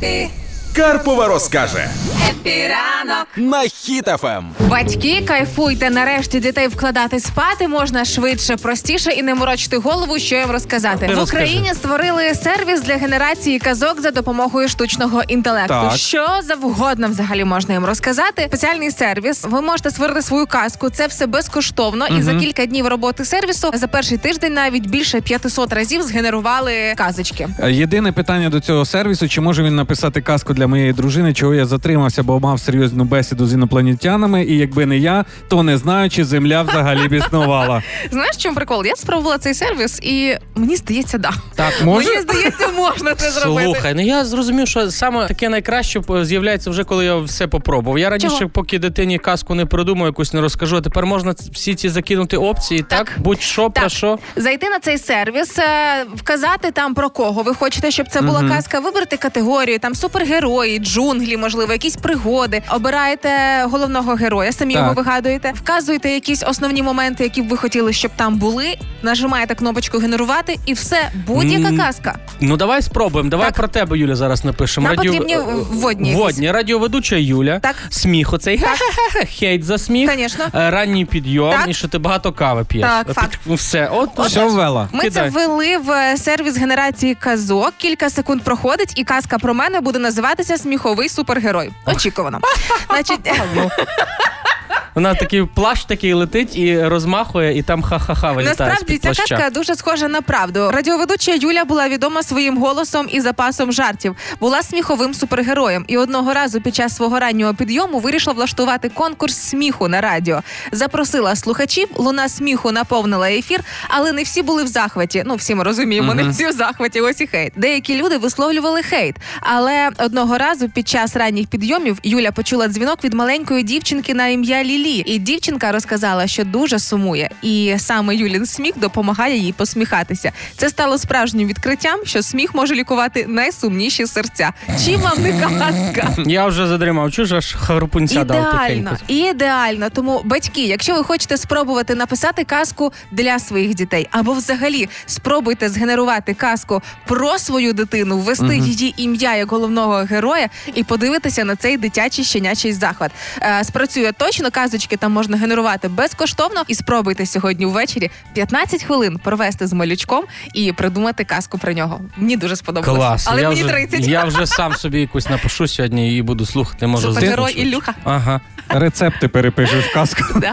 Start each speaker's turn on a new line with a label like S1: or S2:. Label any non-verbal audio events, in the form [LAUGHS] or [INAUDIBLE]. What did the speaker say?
S1: Епі,
S2: Карпова розкаже
S1: епі ранок.
S2: на хітафем.
S3: Батьки, кайфуйте, нарешті дітей вкладати спати можна швидше, простіше і не морочити голову, що їм розказати.
S4: Ти
S3: в
S4: розкажи.
S3: Україні створили сервіс для генерації казок за допомогою штучного інтелекту.
S4: Так.
S3: Що завгодно взагалі можна їм розказати. Спеціальний сервіс. Ви можете створити свою казку. Це все безкоштовно. І за кілька днів роботи сервісу за перший тиждень навіть більше 500 разів згенерували казочки.
S4: Єдине питання до цього сервісу: чи може він написати казку для моєї дружини, чого я затримався, бо мав серйозну бесіду з інопланетянами, і якби не я, то не знаю, чи земля взагалі б існувала.
S3: Знаєш, в чому прикол? Я спробувала цей сервіс, і мені здається, да.
S4: Так може?
S3: Мені здається, можна Ну, це зробити.
S5: Слухай, ну я зрозумів, що саме таке найкраще е, з'являється вже коли я все попробував. Я раніше,
S3: Чого?
S5: поки дитині казку не придумав, якусь не розкажу. А тепер можна ц- всі ці закинути опції, так?
S3: Так.
S5: Будь-що, про
S3: Так.
S5: що.
S3: Зайти на цей сервіс, е, вказати там про кого ви хочете, щоб це була казка. Вибрати категорію, там супергерої, джунглі, можливо, якісь пригоди. Обираєте головного героя, самі
S4: Так.
S3: його вигадуєте, вказуєте якісь основні моменти, які б ви хотіли, щоб там були. Нажимаєте кнопочку генерувати, і все будь-яка
S5: М,
S3: казка.
S5: Ну давай спробуємо. Давай
S3: Так.
S5: про тебе, Юля, зараз напишемо.
S3: Нам потрібні
S5: е,
S3: вводні якісь.
S5: Водні. Радіоведуча Юля.
S3: Так.
S5: Сміх оцей. Ха-ха-ха. [LAUGHS] Хейт за сміх.
S3: Звісно.
S5: Е, Ранній підйом,
S3: Так.
S5: і що ти багато кави п'єш.
S3: Так,
S5: Е,
S3: факт.
S5: під- Все, от,
S4: Все ввела.
S3: Ми це
S5: Кидай.
S3: ввели в е, сервіс генерації казок. Кілька секунд проходить, і казка про мене буде називатися Сміховий супергерой. Очікувано.
S5: [LAUGHS]
S3: Значить,
S5: Вона такий плащ такий летить і розмахує, і там ха-ха-ха вилітає
S3: Насправді
S5: з-під
S3: ця
S5: плаща.
S3: казка дуже схожа на правду. Радіоведуча Юля була відома своїм голосом і запасом жартів. Була сміховим супергероєм. І одного разу під час свого раннього підйому вирішила влаштувати конкурс сміху на радіо. Запросила слухачів. Луна сміху наповнила ефір, але не всі були в захваті. Ну всі ми розуміємо, не всі в захваті. Ось і хейт. Деякі люди висловлювали хейт. Але одного разу під час ранніх підйомів Юля почула дзвінок від маленької дівчинки на ім'я Лілі. І дівчинка розказала, що дуже сумує. І саме Юлін сміх допомагає їй посміхатися. Це стало справжнім відкриттям, що сміх може лікувати найсумніші серця. Чим вам не казка?
S5: Я вже задрімав, чуєш, аж харпунця дав
S3: Ідеально,
S5: тихенько.
S3: ідеально. Тому батьки, якщо ви хочете спробувати написати казку для своїх дітей, або взагалі спробуйте згенерувати казку про свою дитину, ввести її ім'я як головного героя і подивитися на цей дитячий щенячий захват. Е, спрацює точно, казочки там можна генерувати безкоштовно. І спробуйте сьогодні ввечері 15 хвилин провести з малючком і придумати казку про нього. Мені дуже сподобалося.
S5: Клас.
S3: Але
S5: я
S3: мені
S5: вже,
S3: 30.
S5: Я вже сам собі якусь напишу сьогодні і буду слухати. Може,
S3: Супергерой
S5: [LAUGHS] заснуть.
S3: Ілюха.
S5: Ага.
S4: Рецепти перепишеш в казку.
S3: Да,